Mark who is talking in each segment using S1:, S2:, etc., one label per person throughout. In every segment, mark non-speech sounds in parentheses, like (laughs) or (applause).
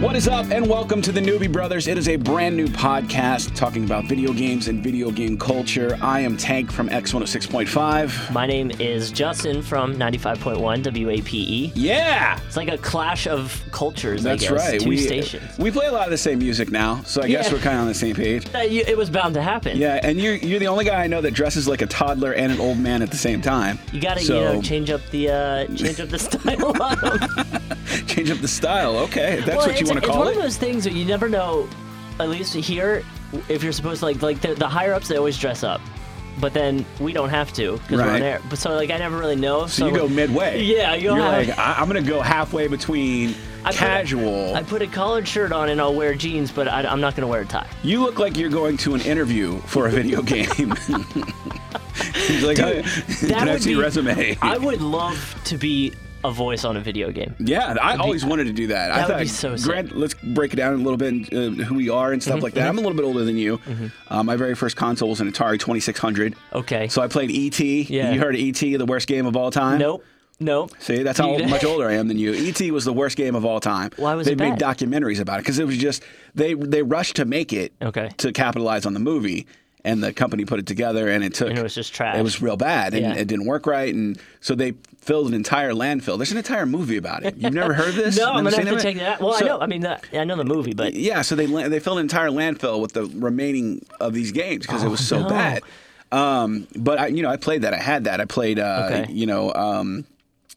S1: What is up, and welcome to the Newbie Brothers. It is a brand new podcast talking about video games and video game culture. I am Tank from X106.5.
S2: My name is Justin from 95.1 WAPE.
S1: Yeah!
S2: E. It's like a clash of cultures,
S1: That's
S2: I guess.
S1: right.
S2: Two
S1: we, uh,
S2: stations.
S1: we play a lot of the same music now, so I guess
S2: Yeah.
S1: we're kind of on the same page.
S2: Uh, you- It was bound to happen.
S1: Yeah, and you're, you're the only guy I know that dresses like a toddler and an old man at the same time.
S2: You gotta,
S1: so,
S2: you know, change up the uh, change up the (laughs) style. of
S1: (laughs)
S2: them.
S1: change up the style. Okay, if that's
S2: Well,
S1: what you
S2: it's-
S1: want to
S2: It's
S1: call
S2: one
S1: it.
S2: of those things that you never know. At least here, if you're supposed to like like the, the higher ups, they always dress up, but then we don't have to because we're
S1: Right.
S2: on air. But so like I never really know.
S1: so you go midway.
S2: Yeah, you go
S1: You're
S2: half-
S1: like, I- I'm going to go halfway between
S2: I put a-
S1: casual.
S2: I put a collared shirt on and I'll wear jeans, but I, I'm not gonna wear a tie.
S1: You look like you're going to an interview for a video
S2: (laughs)
S1: game. (laughs) He's like, "Hey,
S2: That
S1: can I
S2: would
S1: see your
S2: be-
S1: resume?
S2: I would love to be a voice on a video game.
S1: (laughs) yeah, I always wanted to do that. I
S2: that would
S1: thought,
S2: be so sick. Mm-hmm,
S1: Grant, let's break it down a little bit and uh, who we are and stuff like that. I'm a little bit older than you. Uh, my very first console was an Atari 2600.
S2: Okay.
S1: So I played E.T.
S2: Yeah.
S1: You heard of E.T., the worst game of all time?
S2: Nope. Nope.
S1: See, that's how
S2: You-
S1: much older I am than you. ET was the worst game of all time.
S2: Why was
S1: they
S2: it
S1: made
S2: bad?
S1: documentaries about it because it was just they they rushed to make it
S2: Okay.
S1: to capitalize on the movie, and the company put it together, and it took
S2: And it was just trash.
S1: It was real bad, and
S2: Yeah.
S1: it didn't work right, and so they filled an entire landfill. There's an entire movie about it. You've never heard of this?
S2: (laughs) No, I'm
S1: Never
S2: gonna
S1: seen
S2: have to
S1: of it?
S2: check that. Well,
S1: So-
S2: I know. I mean, that, I know the movie, but
S1: yeah, so they la- they filled an entire landfill with the remaining of these games because it was so
S2: Oh, no.
S1: bad. Um, but I, you know, I played that. I had that. I played. Uh,
S2: Okay.
S1: You know, um,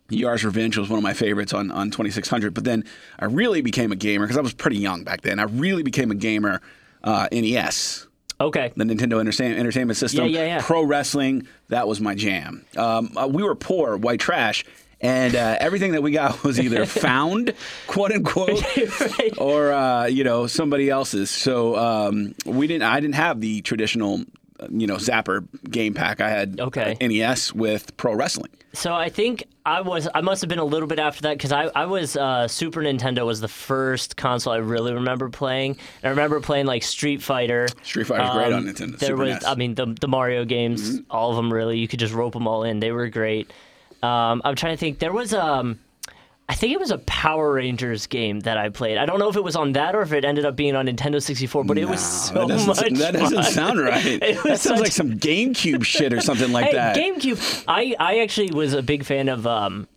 S1: Yar's Revenge was one of my favorites on on 2600. But then I really became a gamer because I was pretty young back then. I really became a gamer. Uh, NES,
S2: okay.
S1: the Nintendo Entertain- Entertainment System.
S2: Yeah, yeah, yeah.
S1: Pro wrestling, that was my jam. Um, uh, we were poor, white trash, and uh, everything that we got (laughs) was
S2: (laughs)
S1: either found, quote unquote,
S2: Right.
S1: or uh, you know somebody else's. So um, we didn't. I didn't have the traditional, uh, you know, Zapper game pack. I had
S2: Okay.
S1: uh, NES with pro wrestling.
S2: So I think I was. I must have been a little bit after that because I, I was. Uh, Super Nintendo was the first console I really remember playing. And I remember playing like Street Fighter. Um,
S1: Street Fighter's great on Nintendo.
S2: There
S1: Super E
S2: was.
S1: NES.
S2: I mean, the the Mario games,
S1: Mm-hmm.
S2: all of them really. You could just rope them all in. They were great. Um, I'm trying to think. There was um. I think it was a Power Rangers game that I played. I don't know if it was on that or if it ended up being on Nintendo 64, but it was
S1: Nah, that
S2: so (laughs)
S1: doesn't,
S2: much
S1: that doesn't
S2: fun.
S1: sound right.
S2: (laughs) It
S1: that sounds
S2: was such-
S1: like some GameCube shit or something like
S2: hey,
S1: that.
S2: GameCube. I, I actually was a big fan of um,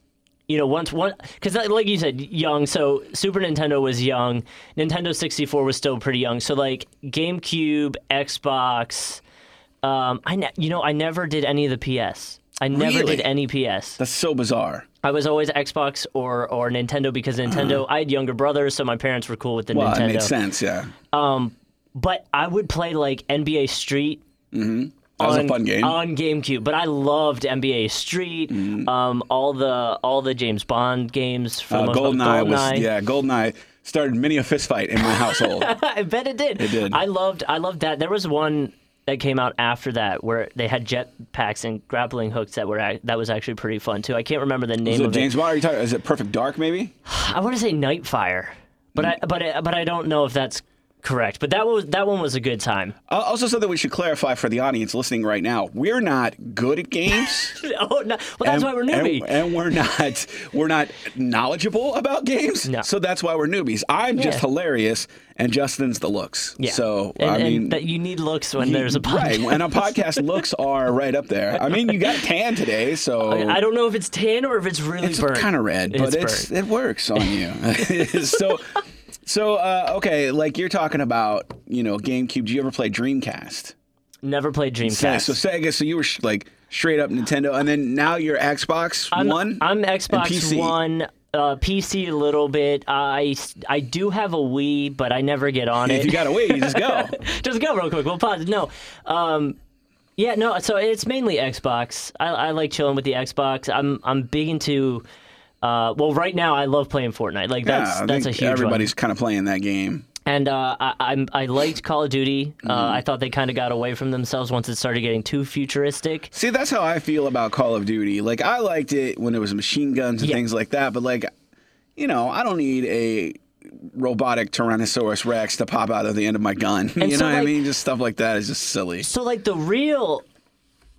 S2: you know, once one because like you said, young. So Super Nintendo was young. Nintendo sixty four was still pretty young. So like GameCube, Xbox. Um, I ne- you know I never did any of the PS. I never
S1: Really?
S2: did any PS.
S1: That's so bizarre.
S2: I was always Xbox or or Nintendo because Nintendo. I had younger brothers, so my parents were cool with the
S1: Mm. Well,
S2: Nintendo
S1: it made sense. Yeah,
S2: but I would play like NBA Street.
S1: That was a
S2: on,
S1: fun game.
S2: on GameCube. But I loved NBA Street, um, all the all the James Bond games. For the
S1: Mm. uh,
S2: most part.
S1: Goldeneye was
S2: GoldenEye.
S1: yeah. Goldeneye started many a fist fight in my household.
S2: (laughs) I bet it did. It
S1: did.
S2: I loved I loved that. There was one that came out after that where they had jet packs and grappling hooks that were ac- that was actually pretty fun too. I can't remember the name
S1: Is it
S2: of
S1: James
S2: it.
S1: Bond? Are you talking? Is it Perfect Dark? Maybe.
S2: I want to say Nightfire, but
S1: Mm.
S2: I but I, but I don't know if that's correct. But that was that one was a good time. (laughs)
S1: Uh, also, something we should clarify for the audience listening right now: we're not good at games.
S2: oh no! Well, (laughs) that's
S1: and,
S2: why we're
S1: and-
S2: newbie.
S1: and, we're not we're not knowledgeable about games.
S2: No.
S1: So that's why we're newbies. I'm just
S2: Yeah.
S1: hilarious, and Justin's the looks.
S2: Yeah.
S1: So
S2: and,
S1: I
S2: and
S1: mean,
S2: that you need looks when there's
S1: (laughs)
S2: a
S1: right?
S2: podcast.
S1: And a podcast looks are right up there. I mean, you got tan today, so
S2: (laughs) I don't know if it's tan or if it's really
S1: it's
S2: burnt.
S1: kind of red, but it's, it works on you. (laughs) so. So uh, okay, like you're talking about, you know, GameCube. Do you ever play Dreamcast?
S2: never played Dreamcast.
S1: Yeah, so Sega, so you were sh- like straight up Nintendo, and then now you're Xbox
S2: I'm,
S1: One.
S2: I'm
S1: PC.
S2: Xbox One, uh, PC a little bit. I I do have a Wii, but I never get on
S1: if
S2: it.
S1: you got away, you just go.
S2: (laughs) Just go real quick. We'll pause. No. Um, yeah, no. So it's mainly Xbox. I, I like chilling with the Xbox. I'm I'm big into. Uh, well, right now I love playing Fortnite. Like
S1: Yeah,
S2: that's
S1: I
S2: that's a
S1: think
S2: huge one.
S1: Everybody's kind of playing that game.
S2: And uh, I, I'm, I liked Call of Duty.
S1: Mm-hmm.
S2: Uh, I thought they kind of got away from themselves once it started getting too futuristic.
S1: See, that's how I feel about Call of Duty. Like I liked it when it was machine guns and
S2: Yeah.
S1: things like that, but like, you know, I don't need a robotic Tyrannosaurus Rex to pop out of the end of my gun. (laughs) you know
S2: so,
S1: what I
S2: like-
S1: mean? Just stuff like that is just silly.
S2: So like the real,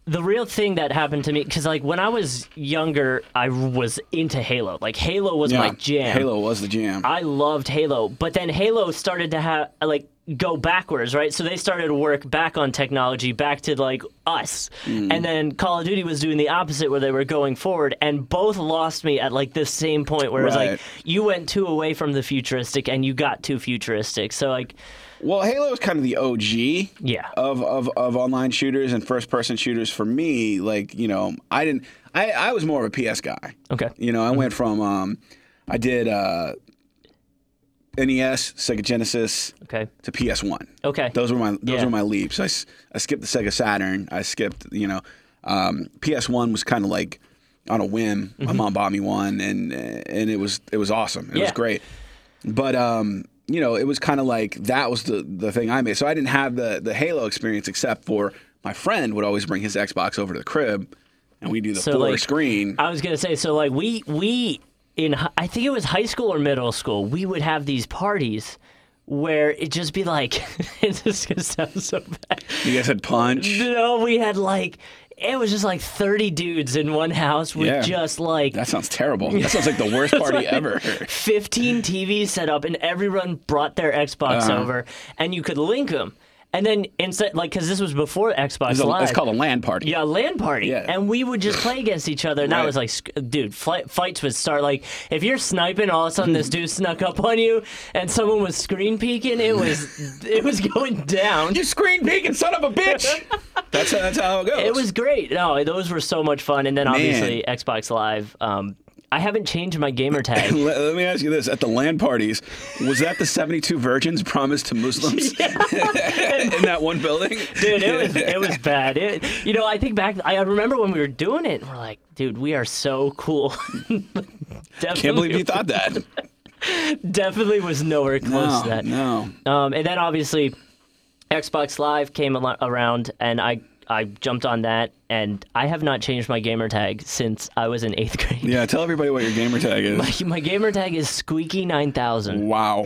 S2: the real thing that happened to me because like when I was younger, I was into Halo. Like Halo was my jam.
S1: Halo was the jam.
S2: I loved Halo, but then Halo started to have like go backwards, right? So they started to work back on technology, back to like us,
S1: Mm.
S2: and then Call of Duty was doing the opposite, where they were going forward, and both lost me at like this same point where it
S1: Right.
S2: was like you went too away from the futuristic and you got too futuristic. So like,
S1: Well, Halo is kind of the OG
S2: Yeah.
S1: of, of of online shooters and first person shooters for me. Like, you know, I didn't I, I was more of a PS guy.
S2: Okay.
S1: You know, I went from um I did uh NES, Sega Genesis
S2: okay,
S1: to PS One.
S2: Okay.
S1: Those were my those
S2: Yeah.
S1: were my leaps. I, s- I skipped the Sega Saturn. I skipped, you know, um, PS One was kind of like on a whim. My mom bought me one, and and it was it was awesome. It was
S2: Mm-hmm. Yeah.
S1: great. But um, you know, it was kind of like that was the the thing I made. So I didn't have the the Halo experience except for my friend would always bring his Xbox over to the crib, and we do the
S2: So,
S1: four
S2: like,
S1: screen.
S2: I was gonna say so like we we in hi- I think it was high school or middle school we would have these parties. Where it just be like, (laughs) it's just gonna sound so bad.
S1: you guys had
S2: (laughs)
S1: punch.
S2: No, we had like it was just like thirty dudes in one house with
S1: Yeah.
S2: just like
S1: That sounds terrible. That sounds like the worst party ever.
S2: fifteen TVs set up, and everyone brought their Xbox over, and you could link them. And then instead, like, because this was before Xbox
S1: It's, a-
S2: Live,
S1: it's called a land party.
S2: yeah, land party,
S1: Yeah.
S2: and we would just play against each other. And
S1: Right.
S2: that was like, sc- dude, fl- fights would start. Like, if you're sniping, all of a
S1: (laughs)
S2: sudden this dude snuck up on you, and someone was screen peeking. It was, it was going down.
S1: You screen peeking son of a bitch. (laughs) that's, that's how it goes.
S2: It was great. No, those were so much fun. And then obviously Xbox Live. Um, I haven't changed my
S1: (laughs)
S2: gamer
S1: (laughs)
S2: tag.
S1: Let, let me ask you this: At the land parties, was that the seventy-two virgins promised to Muslims (laughs)
S2: (laughs)
S1: in that one building?
S2: Dude, it was
S1: (laughs)
S2: it was bad. It, you know, I think back. I remember when we were doing it. and We're like, dude, we are so cool. (laughs) definitely,
S1: Can't believe you thought
S2: (laughs)
S1: that.
S2: definitely was nowhere close
S1: No,
S2: to that.
S1: no.
S2: Um, and then obviously, Xbox Live came al- around, and I I jumped on that, and I have not changed my gamer tag since I was in eighth (laughs) grade.
S1: Yeah, tell everybody what your gamer tag is.
S2: My gamer tag is squeaky nine
S1: (laughs)
S2: thousand.
S1: Wow.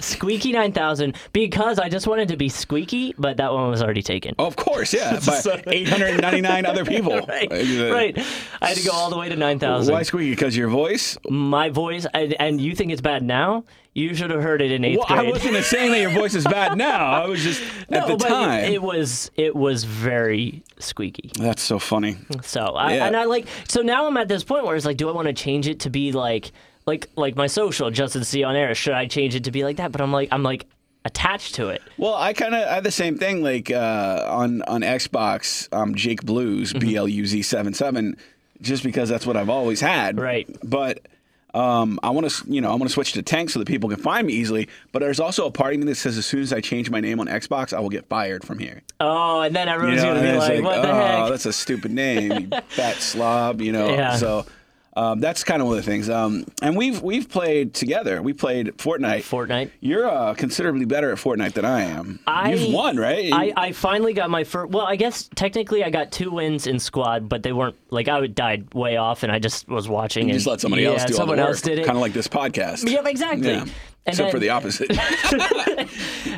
S2: Squeaky 9000 because I just wanted to be squeaky, but that one was already taken.
S1: Oh, Of course, yeah. By
S2: Sorry.
S1: eight hundred ninety-nine other people.
S2: (laughs) Right,
S1: Uh,
S2: right. I had to go all the way to
S1: Why
S2: 9000.
S1: squeaky? Because your voice.
S2: My voice, and, and you think it's bad now? You should have heard it in eighth
S1: Well, I
S2: grade.
S1: wasn't saying that your voice is bad now. I was just at
S2: (laughs) No,
S1: the
S2: but it-
S1: time.
S2: it, was it was very squeaky.
S1: That's so funny.
S2: So I,
S1: Yeah.
S2: and I like so now I'm at this point where it's like, do I want to change it to be like like like my social Justin C on air? Should I change it to be like that? But I'm like I'm like attached to it.
S1: Well, I kind of I had the same thing. Like uh, on on Xbox, um, Jake Blues
S2: Mm-hmm.
S1: B L U Z seven seven, just because that's what I've always had.
S2: Right.
S1: But um, I want to you know I want to switch to tank so that people can find me easily. But there's also a part of me that says as soon as I change my name on Xbox, I will get fired from here.
S2: Oh, and then everyone's
S1: You know,
S2: gonna be
S1: and it's
S2: like, what the
S1: oh,
S2: heck?
S1: that's a stupid name,
S2: (laughs)
S1: you fat slob. You know,
S2: Yeah.
S1: so. Um, that's kind of one of the things, um, and we've we've played together. We played Fortnite.
S2: Fortnite.
S1: You're uh, considerably better at Fortnite than I am.
S2: I-
S1: You've won, right?
S2: I, I finally got my first. Well, I guess technically I got two wins in squad, but they weren't like I would died way off, and I just was watching.
S1: You
S2: and
S1: just let somebody
S2: yeah,
S1: else do all
S2: someone
S1: the work.
S2: else did it.
S1: Kind of like this podcast.
S2: Yep, exactly.
S1: Yeah.
S2: And
S1: Except
S2: then,
S1: for the opposite.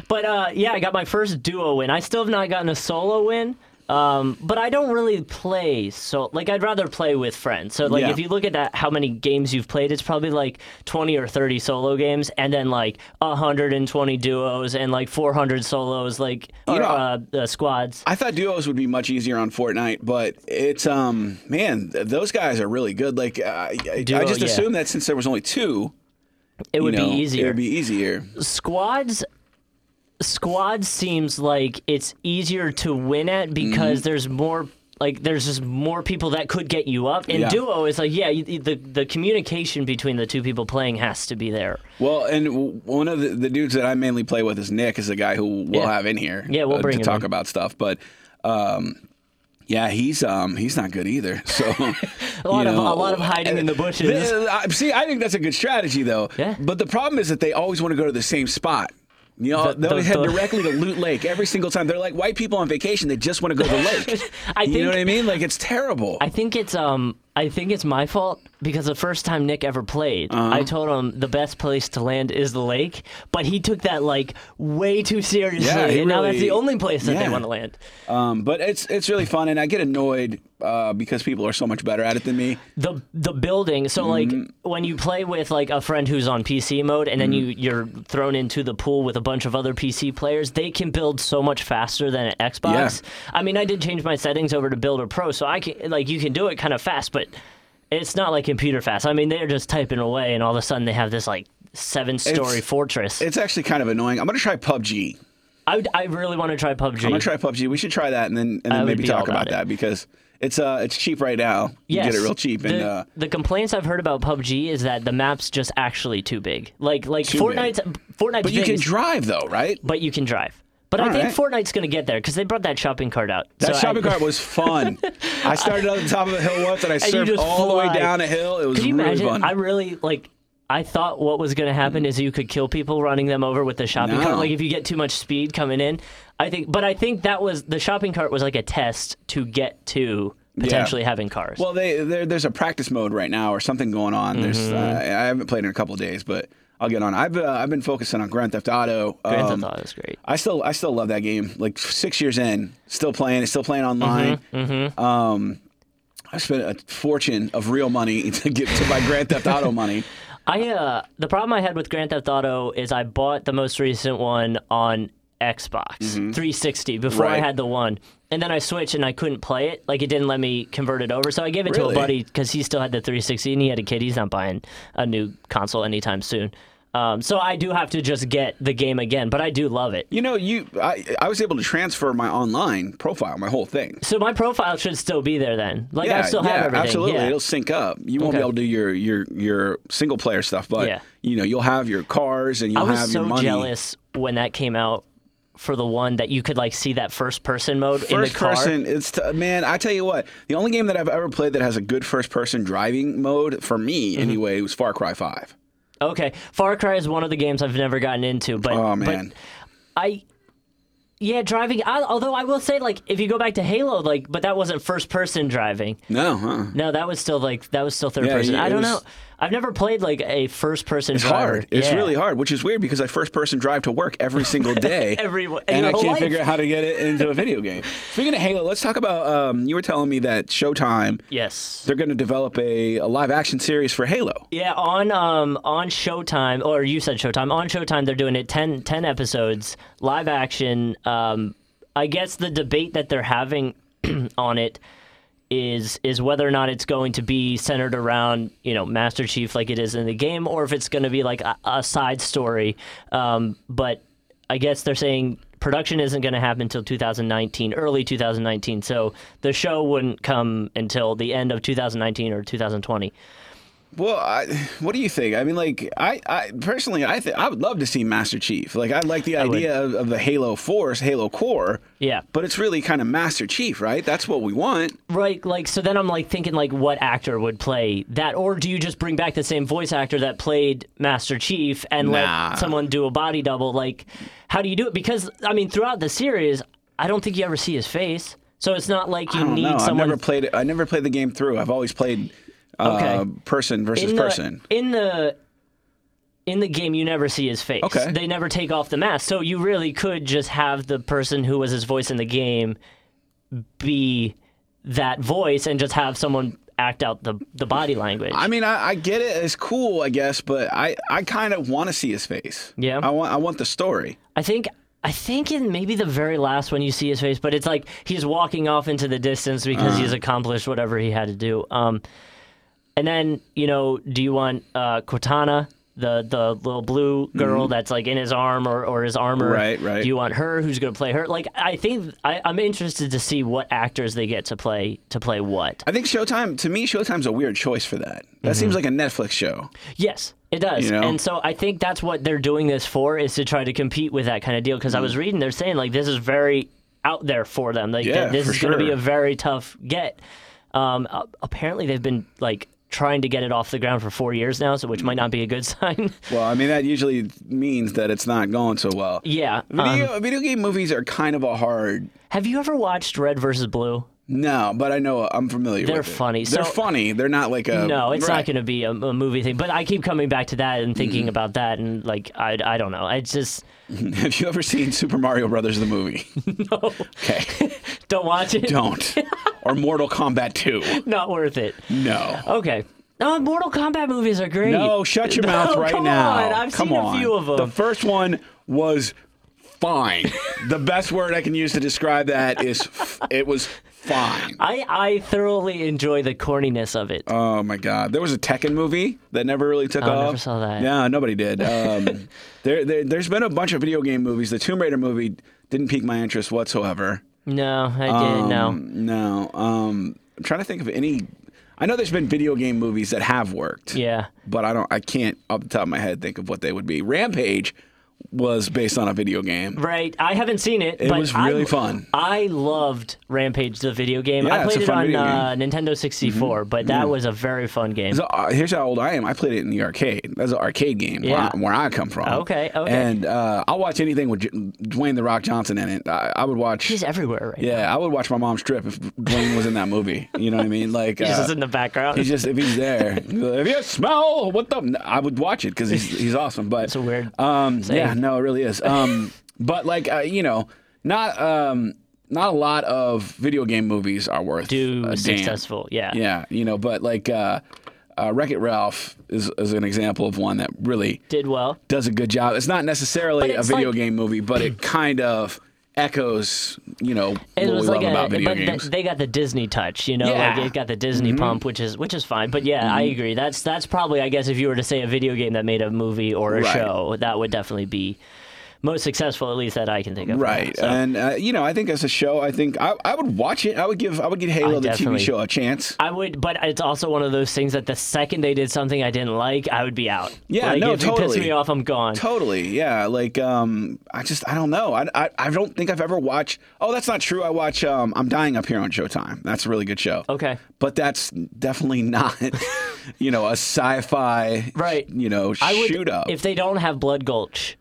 S2: (laughs) but uh, yeah, I got my first duo win. I still have not gotten a solo win. Um, but I don't really play so like I'd rather play with friends. So like
S1: Yeah.
S2: if you look at that how many games you've played, it's probably like twenty or thirty solo games and then like hundred and twenty duos and like four hundred solos like or,
S1: know-
S2: uh, uh, squads.
S1: I thought duos would be much easier on Fortnite, but it's um man, th- those guys are really good. Like uh, I, I
S2: Duo,
S1: just
S2: yeah.
S1: assumed that since there was only two,
S2: It would
S1: you know,
S2: be easier.
S1: It would be easier.
S2: squads squads seems like it's easier to win at
S1: Mm-hmm.
S2: because there's more like there's just more people that could get you up and
S1: Yeah.
S2: duo is like yeah you, the the communication between the two people playing has to be there
S1: Well, and w- one of the, the dudes that I mainly play with is Nick, is the guy who we'll
S2: Yeah.
S1: have in here.
S2: Yeah, we'll
S1: uh,
S2: bring
S1: to
S2: him
S1: talk
S2: in.
S1: about stuff, but. um yeah, he's um he's not good either. (laughs) So
S2: (laughs) a lot
S1: you
S2: of
S1: know,
S2: a lot of hiding in the
S1: (laughs)
S2: bushes
S1: Th- I- See, I think that's a good strategy, though.
S2: Yeah.
S1: But the problem is that they always want to go to the same spot. You know,
S2: The-
S1: they
S2: the-
S1: head
S2: the-
S1: directly
S2: (laughs)
S1: to Loot Lake every single time. They're like white people on vacation; they just want to go to the lake.
S2: (laughs) I
S1: you know
S2: think-
S1: what I mean? Like it's terrible.
S2: i think it's um I think it's my fault because the first time Nick ever played,
S1: Uh-huh.
S2: I told him the best place to land is the lake, but he took that like way too seriously,
S1: Yeah,
S2: and
S1: he
S2: now that's
S1: really-
S2: the only place that they
S1: yeah.
S2: want to land.
S1: Um, but it's it's really fun, and I get annoyed uh, because people are so much better at it than me.
S2: the the building so like
S1: Mm-hmm.
S2: when you play with like a friend who's on pc mode and then you you're thrown into the pool with a bunch of other pc players they can build so much faster than an xbox i mean i did change my settings over to builder pro so i can like you can do it kind of fast but it's not like computer fast i mean they're just typing away and all of a sudden they have this like seven story
S1: It's-
S2: fortress
S1: It's actually kind of annoying. I'm gonna try PUBG.
S2: I, would- I really want to try pubg
S1: I'm gonna try PUBG. We should try that, and then and
S2: I
S1: then
S2: would
S1: maybe
S2: be all
S1: talk about
S2: about it.
S1: that because it's uh it's cheap right now. You
S2: Yes.
S1: get it real cheap,
S2: The,
S1: and uh,
S2: the complaints I've heard about PUBG is that the map's just actually too big. Like like
S1: Too big.
S2: Fortnite's Fortnite's
S1: but you
S2: big
S1: can
S2: is-
S1: drive though, right?
S2: but you can drive. But I
S1: All
S2: think
S1: right.
S2: Fortnite's going to get there because they brought that shopping cart out.
S1: That
S2: So I-
S1: shopping cart was
S2: (laughs)
S1: fun. I started on the top of a hill once, and I
S2: you
S1: surfed
S2: just
S1: all the way
S2: fly.
S1: down a hill. It was
S2: Could you
S1: really
S2: imagine?
S1: fun. Mm.
S2: I really like. I thought what was going to happen is you could kill people running them over with the shopping cart.
S1: No.
S2: Like if you get too much speed coming in, I think. But I think that was the shopping cart was like a test to get to potentially having cars.
S1: Well, they there- there's a practice mode right now or something going on. There's
S2: Mm-hmm.
S1: uh, I haven't played in a couple of days, but I'll get on. I've uh, I've been focusing on Grand Theft Auto.
S2: Grand
S1: Um,
S2: Theft Auto is great.
S1: I still I still love that game. Like six years in, still playing. It's still playing online.
S2: Mm-hmm,
S1: Um, I spent a fortune of real money (laughs) to get to my Grand Theft Auto money.
S2: I uh, the problem I had with Grand Theft Auto is I bought the most recent one on Xbox 360 before I
S1: Mm-hmm. Right.
S2: had the one, and then I switched and I couldn't play it. Like it didn't let me convert it over, so I gave it to a
S1: Really?
S2: buddy because he still had the 360 and he had a kid. He's not buying a new console anytime soon. Um, so I do have to just get the game again, but I do love it.
S1: You know, you I I was able to transfer my online profile, my whole thing.
S2: So my profile should still be there then. Like I still have everything.
S1: absolutely.
S2: Yeah.
S1: It'll sync up. You won't
S2: Okay.
S1: be able to do your your your single player stuff, but
S2: Yeah.
S1: you know you'll have your cars and you'll
S2: I
S1: have
S2: was so
S1: your money.
S2: jealous when that came out for the one that you could like see that first person mode in the
S1: First
S2: car.
S1: person, it's t- man. I tell you what, the only game that I've ever played that has a good first person driving mode for me
S2: Mm-hmm.
S1: anyway was Far Cry Five.
S2: Okay, Far Cry is one of the games I've never gotten into, but
S1: Oh
S2: but
S1: man,
S2: I yeah, driving. I, although I will say, like, if you go back to Halo, like, but that wasn't first person driving.
S1: no, huh?
S2: No, that was still like that was still third
S1: Yeah,
S2: person.
S1: it
S2: I don't
S1: was-
S2: know. I've never played like a first person.
S1: It's hard. It's really hard, which is weird because I first person drive to work every single day.
S2: (laughs) Every- in
S1: and
S2: your
S1: I
S2: whole
S1: can't
S2: life.
S1: figure out how to get it into a video game. Speaking of Halo, let's talk about. Um, you were telling me that Showtime
S2: Yes.
S1: they're going to develop a, a live action series for Halo.
S2: Yeah, on um on Showtime or you said Showtime on Showtime they're doing it 10, 10 episodes live action. Um, I guess the debate that they're having (clears throat) on it is is whether or not it's going to be centered around you know Master Chief like it is in the game, or if it's going to be like a, a side story. Um, but I guess they're saying production isn't going to happen until 2019, early 2019. So the show wouldn't come until the end of 2019 or 2020.
S1: Well, I, what do you think? I mean, like, I, I personally, I th- I would love to see Master Chief. Like, I like the
S2: would.
S1: idea of, of the Halo Force, Halo Core.
S2: Yeah.
S1: But it's really kind of Master Chief, right? That's what we want.
S2: Right, like so then I'm like thinking like what actor would play that or do you just bring back the same voice actor that played Master Chief and
S1: Nah.
S2: let someone do a body double like how do you do it because I mean throughout the series I don't think you ever see his face. So it's not like you
S1: I don't
S2: need
S1: know.
S2: someone
S1: I've never played. it- I never played the game through. I've always played uh,
S2: Okay.
S1: person versus
S2: in the,
S1: person.
S2: in the in the game you never see his face.
S1: Okay.
S2: They never take off the mask. So you really could just have the person who was his voice in the game be that voice and just have someone act out the the body language.
S1: I mean, I, I get it. It's cool, I guess, but I, I kind of want to see his face.
S2: Yeah.
S1: I want I want the story.
S2: I think I think in maybe the very last one you see his face, but it's like he's walking off into the distance because he's
S1: Uh-huh.
S2: accomplished whatever he had to do. Um, and then you know, do you want uh, Cortana, the the little blue girl that's like in his arm or, or his armor?
S1: Mm-hmm. Right, right.
S2: Do you want her? Who's going to play her? Like I think I, I'm interested to see what actors they get to play to play what.
S1: I think Showtime. To me, Showtime's a weird choice for that.
S2: Mm-hmm.
S1: That seems like a Netflix show.
S2: Yes, it does.
S1: You know?
S2: And so I think that's what they're doing this for is to try to compete with that kind of deal. Because
S1: Mm-hmm.
S2: I was reading, they're saying like this is very out there for them. Like
S1: Yeah,
S2: th- this
S1: for
S2: is going to be
S1: sure.
S2: a very tough get. Um, a- apparently they've been like trying to get it off the ground for four years now, so which might not be a good (laughs) sign.
S1: Well, I mean, that usually means that it's not going so well.
S2: yeah. Um,
S1: Video, video game movies are kind of a hard.
S2: have you ever watched Red versus Blue?
S1: No, but I know I'm familiar.
S2: They're
S1: with it.
S2: funny.
S1: They're
S2: So-
S1: funny. They're not like a
S2: No, it's
S1: Oh, Right. Mm-hmm.
S2: not going to be a, a movie thing. But I keep coming back to that and thinking about that, and like I, I don't know. I just
S1: (laughs) Have you ever seen Super Mario Brothers the movie?
S2: no,
S1: Okay,
S2: don't watch it. (laughs)
S1: don't. or Mortal Kombat 2.
S2: Not worth it.
S1: No.
S2: Okay. No, Mortal Kombat movies are great.
S1: No, shut your mouth
S2: (laughs) No,
S1: right
S2: come
S1: now.
S2: on, I've
S1: Come
S2: seen
S1: on.
S2: a few of them.
S1: The first one was
S2: (laughs)
S1: fine. the best word I can use to describe that is f- it was fine.
S2: I, I thoroughly enjoy the corniness of it.
S1: Oh my God! There was a Tekken movie that never really took off.
S2: Oh, never saw that.
S1: Yeah, nobody
S2: (laughs)
S1: did. Um, there, there, there's been a bunch of video game movies. The Tomb Raider movie didn't pique my interest whatsoever. Um,
S2: no, I didn't. No.
S1: No. Um, I'm trying to think of any. I know there's been video game movies that have worked.
S2: Yeah.
S1: But I don't. I can't off the top of my head think of what they would be. Rampage was based on a video game.
S2: Right. I haven't seen it.
S1: It
S2: but
S1: was
S2: I-
S1: really fun.
S2: I loved Rampage, the video game.
S1: Yeah,
S2: I
S1: it's
S2: played
S1: a
S2: it
S1: fun
S2: on
S1: video Mm-hmm. Mm.
S2: uh, Nintendo 64, but that was a very fun game.
S1: So, uh, here's how old I am. I played it in the arcade. That's an arcade game
S2: Yeah.
S1: where, I, where I come from.
S2: Okay, okay.
S1: And uh, I'll watch anything with J- Dwayne the Rock Johnson in it. I, I would watch.
S2: He's everywhere right
S1: yeah, I would watch my mom's trip if Dwayne was in that movie. You know what I mean? Like
S2: now. (laughs) He's
S1: uh,
S2: just in the background.
S1: He's just if he's there. if you smell what the, I would watch it because he's he's awesome. But
S2: It's a weird
S1: Um,
S2: saying.
S1: yeah, no, it really is. Um, but like uh, you know, not um, not a lot of video game movies are worth
S2: do
S1: a damn.
S2: successful. Yeah.
S1: Yeah, you know, but like uh, uh, Wreck It Ralph is is an example of one that really
S2: Did well.
S1: does a good job. It's not necessarily
S2: But it's
S1: a video
S2: like-
S1: game movie, but it kind of echoes you know
S2: It
S1: what
S2: was
S1: we
S2: like
S1: love
S2: a,
S1: about video
S2: but th-
S1: games.
S2: they got the Disney touch, you know,
S1: Yeah. Mm-hmm.
S2: like it got the Disney pump, which is which is fine. But yeah, I agree. That's that's probably, I guess, if you were to say a video game that made a movie or a
S1: Right.
S2: show, that would definitely be most successful, at least that I can think of.
S1: Right,
S2: So,
S1: and uh, you know, I think as a show, I think I, I would watch it. I would give I would give Halo
S2: I
S1: the TV
S2: definitely-
S1: show a chance.
S2: I would, but it's also one of those things that the second they did something I didn't like, I would be out.
S1: Yeah,
S2: like,
S1: no,
S2: if you piss
S1: totally.
S2: me off, I'm gone.
S1: Totally, yeah. Like, um, I just I don't know. I, I I don't think I've ever watched. Oh, that's not true. I watch. Um, I'm dying up here on Showtime. That's a really good show.
S2: Okay.
S1: but that's definitely
S2: (laughs)
S1: not, you know, a sci-fi.
S2: Right.
S1: You know,
S2: I would,
S1: shoot up.
S2: If they don't have Blood Gulch,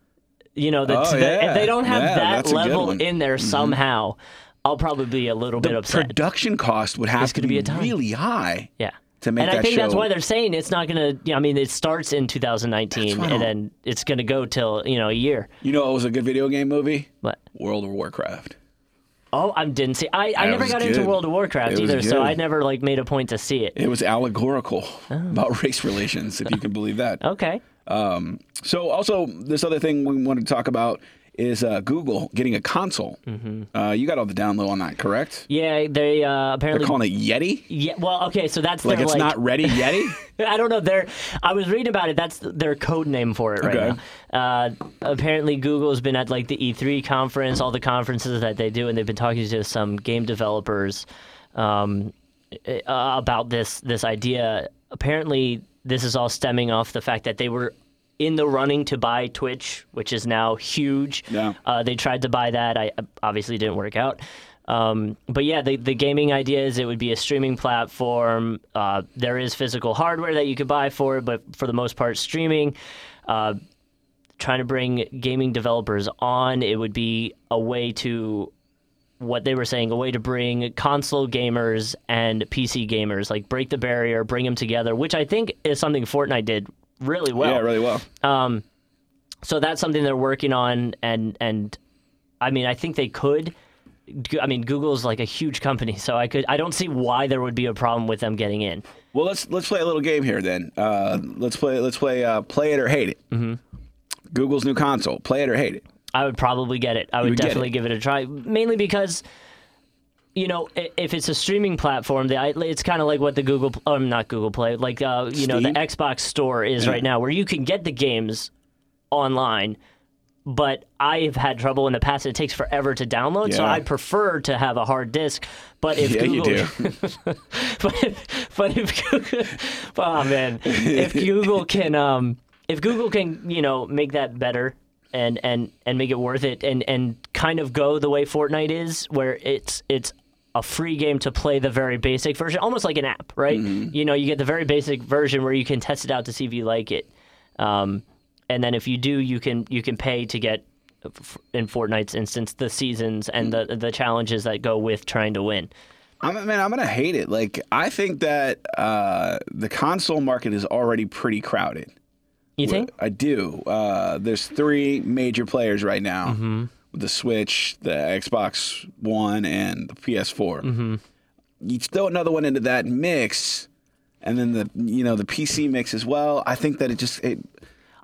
S2: you know, the,
S1: Oh,
S2: the-
S1: yeah.
S2: if they don't have
S1: Yeah,
S2: that
S1: that's a good
S2: level
S1: one. Mm-hmm.
S2: in there somehow, I'll probably be a little bit upset.
S1: Production cost would have to
S2: gonna
S1: be,
S2: be a ton.
S1: really high.
S2: Yeah.
S1: to make
S2: and I
S1: that
S2: think that's
S1: show-
S2: why they're saying it's not going to. I mean, it starts in
S1: That's
S2: 2019,
S1: why I
S2: and
S1: don't-
S2: then it's going to go till you know a year.
S1: You know, it was a good video game movie.
S2: But
S1: World of Warcraft.
S2: oh, I didn't see. I, I
S1: That
S2: never
S1: was
S2: got into
S1: good.
S2: World of Warcraft
S1: It was
S2: either, so
S1: good.
S2: I never like made a point to see it.
S1: It was allegorical
S2: Oh.
S1: about (laughs) race relations, if you can believe
S2: (laughs)
S1: that.
S2: Okay.
S1: So, also, this other thing we wanted to talk about is uh, Google getting a console.
S2: Mm-hmm.
S1: Uh, you got all the down low on that, correct?
S2: Yeah, they uh, apparently.
S1: They're calling it Yeti.
S2: yeah. Well, okay. So that's
S1: Like
S2: their,
S1: it's
S2: like,
S1: not ready Yeti.
S2: (laughs) I don't know. They're, I was reading about it. That's their code name for it right
S1: Okay.
S2: now. Uh, apparently, Google's been at like the E3 conference, all the conferences that they do, and they've been talking to some game developers um, uh, about this this idea. Apparently, this is all stemming off the fact that they were in the running to buy Twitch, which is now huge.
S1: Yeah.
S2: Uh, they tried to buy that. I obviously didn't work out. Um, but yeah, the, the gaming idea is it would be a streaming platform. Uh, there is physical hardware that you could buy for it, but for the most part, streaming. Uh, trying to bring gaming developers on, it would be a way to what they were saying a way to bring console gamers and PC gamers, like break the barrier, bring them together, which I think is something Fortnite did really well.
S1: yeah, really well.
S2: So that's something they're working on, and and I mean, I think they could. Go- I mean, Google's like a huge company, (laughs) so I could. I don't see why there would be a problem with them getting in.
S1: Well, let's let's play a little game here then. Uh, let's play let's play uh, play it or hate it. Mm-hmm. Google's new console, play it or hate it.
S2: I would probably get it. I would
S1: would get
S2: definitely
S1: it.
S2: give it a try, mainly because. You know, i- if it's a streaming platform, the I- it's kind of like what the Google, Pl- um, not Google Play, like uh, you know, the
S1: Steam?
S2: Xbox Store is right now, where you can get the games online. But I've had trouble in the past; it takes forever to download, so
S1: Yeah.
S2: I prefer to have a hard disk. But if
S1: Yeah, you
S2: Google,
S1: do.
S2: (laughs) but if, but if Google, (laughs) oh man,
S1: (laughs)
S2: if Google can, um, if Google can, you know, make that better and and and make it worth it, and and kind of go the way Fortnite is, where it's it's a free game to play the very basic version, almost like an app, right?
S1: Mm-hmm.
S2: You know, you get the very basic version where you can test it out to see if you like it, um, and then if you do, you can you can pay to get. uh,
S1: Mm-hmm.
S2: f- In Fortnite's instance, the seasons and the the challenges that go with trying to win.
S1: I'm man, I'm gonna hate it. Like I think that uh, the console market is already pretty crowded.
S2: You think?
S1: I do. Uh, there's three major players right now:
S2: Mm-hmm.
S1: the Switch, the Xbox One, and the PS4.
S2: Mm-hmm.
S1: You throw another one into that mix, and then the you know the PC mix as well. I think that it just it.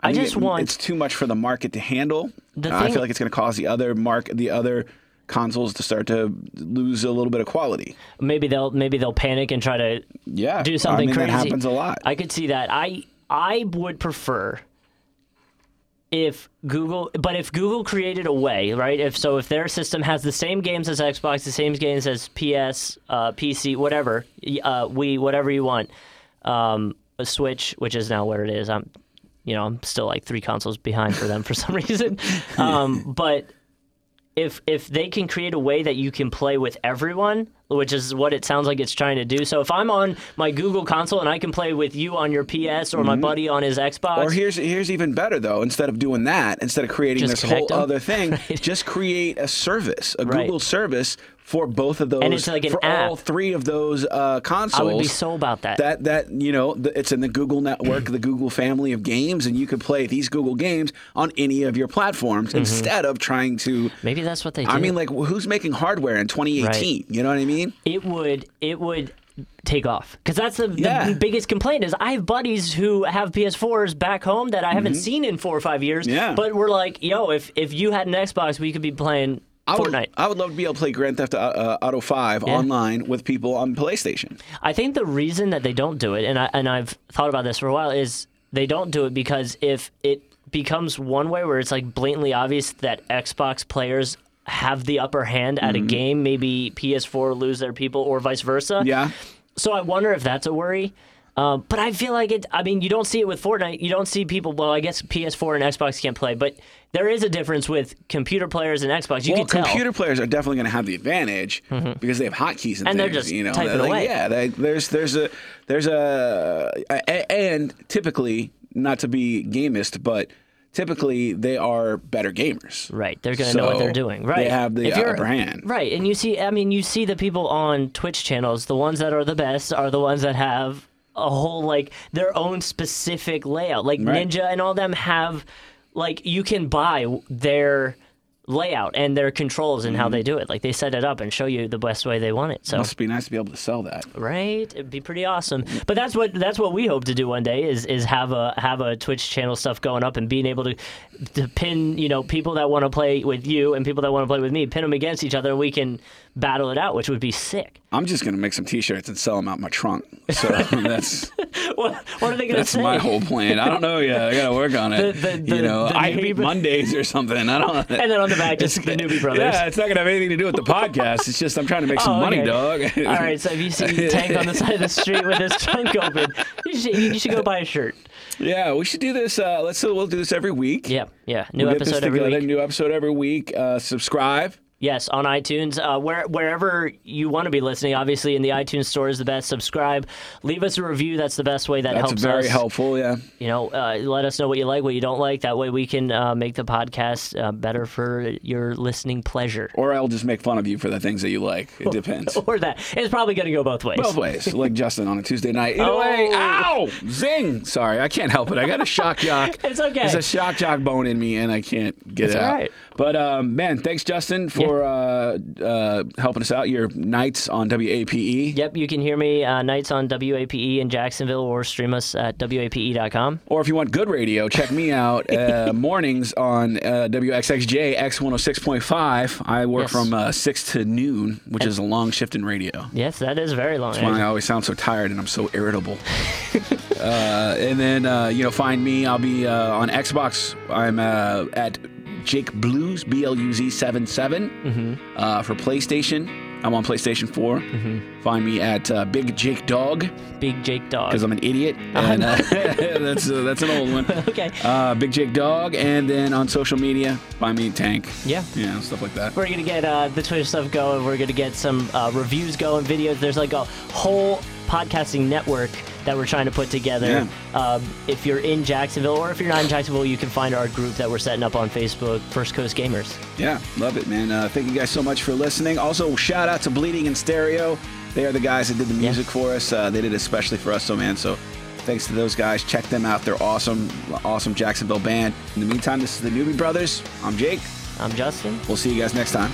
S2: I
S1: think
S2: just
S1: it-
S2: want-
S1: it's too much for the market to handle.
S2: The
S1: I
S2: thing-
S1: feel like it's going to cause the other mark the other consoles to start to lose a little bit of quality.
S2: Maybe they'll maybe they'll panic and try to
S1: Yeah,
S2: do something
S1: I mean,
S2: crazy.
S1: That happens a lot.
S2: I could see that. I I would prefer if Google, but if Google created a way, right? If so, if their system has the same games as Xbox, the same games as PS, uh, PC, whatever, y- uh, we whatever you want, um, a Switch, which is now where it is. I'm, you know, I'm still like three consoles behind for them for
S1: (laughs)
S2: some (laughs) reason. Um, but if if they can create a way that you can play with everyone, which is what it sounds like it's trying to do. So if I'm on my Google console and I can play with you on your PS or my buddy on his Xbox,
S1: Mm-hmm. Or here's here's even better though. Instead of doing that, instead of creating this
S2: Just
S1: whole
S2: connect 'em?
S1: other
S2: (laughs)
S1: thing, just create a service, a
S2: Right.
S1: Google service for both of those.
S2: it's like an
S1: for all
S2: app.
S1: three of those uh, consoles.
S2: I would be so about that.
S1: that that you know th- it's in the Google network, the Google family of games, and you could play these Google games on any of your platforms
S2: Mm-hmm.
S1: instead of trying to.
S2: Maybe that's what they do.
S1: I mean, like, who's making hardware in 2018? You know what I mean?
S2: it would it would take off because that's the,
S1: Yeah.
S2: the biggest complaint is I have buddies who have PS4s back home that I haven't seen in four or five years.
S1: Mm-hmm. Yeah.
S2: but we're like, yo, if if you had an Xbox, we could be playing
S1: I would,
S2: Fortnite.
S1: I would love to be able to play Grand Theft uh, Auto 5 online with people on PlayStation.
S2: I think the reason that they don't do it, and I and I've thought about this for a while, is they don't do it because if it becomes one way where it's like blatantly obvious that Xbox players have the upper hand at
S1: Mm-hmm.
S2: a game, maybe PS4 lose their people or vice versa.
S1: Yeah.
S2: So I wonder if that's a worry. Um, but I feel like it. I mean, you don't see it with Fortnite. You don't see people. Well, I guess PS4 and Xbox can't play, but there is a difference with computer players and Xbox. You
S1: Well,
S2: can tell. Mm-hmm.
S1: computer players are definitely going to have the advantage because they have hotkeys and,
S2: And they're
S1: things,
S2: just
S1: you know,
S2: typing
S1: like,
S2: away.
S1: Yeah, they, there's there's a there's a, a and typically not to be gamist, but typically they are better gamers.
S2: Right, they're going to know what they're
S1: So
S2: doing. Right,
S1: they have the
S2: If you're-
S1: upper hand.
S2: Right, and you see, I mean, you see the people on Twitch channels. The ones that are the best are the ones that have a whole like their own specific layout. Like
S1: Right.
S2: Ninja and all them have, like you can buy their layout and their controls and how
S1: Mm-hmm.
S2: they do it. Like they set it up and show you the best way they want it. So
S1: Must be nice to be able to sell that.
S2: right, it'd be pretty awesome. But that's what that's what we hope to do one day is is have a have a Twitch channel stuff going up and being able to to pin you know people that want to play with you and people that want to play with me pin them against each other and we can battle it out, which would be sick. (laughs)
S1: I'm just going to make some T-shirts and sell them out my trunk. So (laughs) that's
S2: What, what are they gonna
S1: that's
S2: say?
S1: my whole plan. I don't know yet. I got to work on it.
S2: The- the- the-
S1: you know,
S2: the
S1: I
S2: newbie
S1: hate
S2: bro-
S1: Mondays or something. I don't.
S2: (laughs)
S1: (laughs)
S2: (laughs) and then on the back, just the Newbie Brothers.
S1: Yeah, it's not gonna have anything to do with the podcast. It's just I'm trying to
S2: (laughs)
S1: make some
S2: Oh,
S1: money,
S2: okay.
S1: dog. (laughs)
S2: All right, so if you see Tank on the side of the street with his trunk open, you should, you should go buy a shirt.
S1: Yeah, we should do this. Uh, let's we'll do this every week.
S2: Yeah, yeah. New
S1: We'll get this
S2: episode every
S1: together,
S2: week.
S1: New episode every week. Uh, subscribe.
S2: Yes, on iTunes, uh, where wherever you want to be listening. Obviously, in the iTunes store is the best. Subscribe, leave us a review. That's the best way. That
S1: That's
S2: helps
S1: very
S2: us.
S1: helpful. Yeah.
S2: You know, uh, let us know what you like, what you don't like. That way, we can uh, make the podcast uh, better for your listening pleasure. (laughs)
S1: Or I'll just make fun of you for the things that you like.
S2: Oh,
S1: It depends.
S2: Or that it's probably going to go both ways.
S1: Both ways, like Justin on a Tuesday night. Either
S2: Oh.
S1: way, ow, zing. Sorry, I can't help it. I got a
S2: (laughs)
S1: shock jock.
S2: It's okay.
S1: There's a shock jock bone in me, and I can't get it
S2: all
S1: out.
S2: right.
S1: But um, man, thanks Justin for uh, uh, helping us out. Your nights on WAPe.
S2: Yep, you can hear me uh, nights on WAPe E in Jacksonville or stream us at E WAPe.com.
S1: Or if you want good radio, check me out uh, mornings on uh, WXXJ X106.5. I work
S2: Yes.
S1: from uh, 6 to noon, which is a long shift in radio.
S2: Yes, that is very long.
S1: Why I always sound so tired and I'm so irritable. uh, and then, uh, you know, find me. I'll be uh, on Xbox. I'm uh, at Jake Blues, B L U Z 7 7 uh, for PlayStation. I'm on PlayStation 4. Find me at uh, Big Jake Dog
S2: Big Jake Dog.
S1: because I'm an idiot. And uh, (laughs) that's, uh, that's an old one.
S2: Okay.
S1: Uh, Big Jake Dog, and then on social media, find me Tank.
S2: Yeah.
S1: Yeah, stuff like that.
S2: We're gonna get uh, the Twitch stuff going. We're gonna get some uh, reviews going, videos. There's like a whole podcasting network that we're trying to put together. Um, if you're in Jacksonville, or if you're not in Jacksonville, you can find our group that we're setting up on Facebook, First Coast Gamers.
S1: Yeah, love it, man. Uh, thank you guys so much for listening. Also, shout out to Bleeding in Stereo. They are the guys that did the music for us. Uh, they did it especially for us, so man. So thanks to those guys. Check them out. They're awesome, awesome Jacksonville band. In the meantime, this is the Newbie Brothers. I'm Jake.
S2: I'm Justin.
S1: We'll see you guys next time.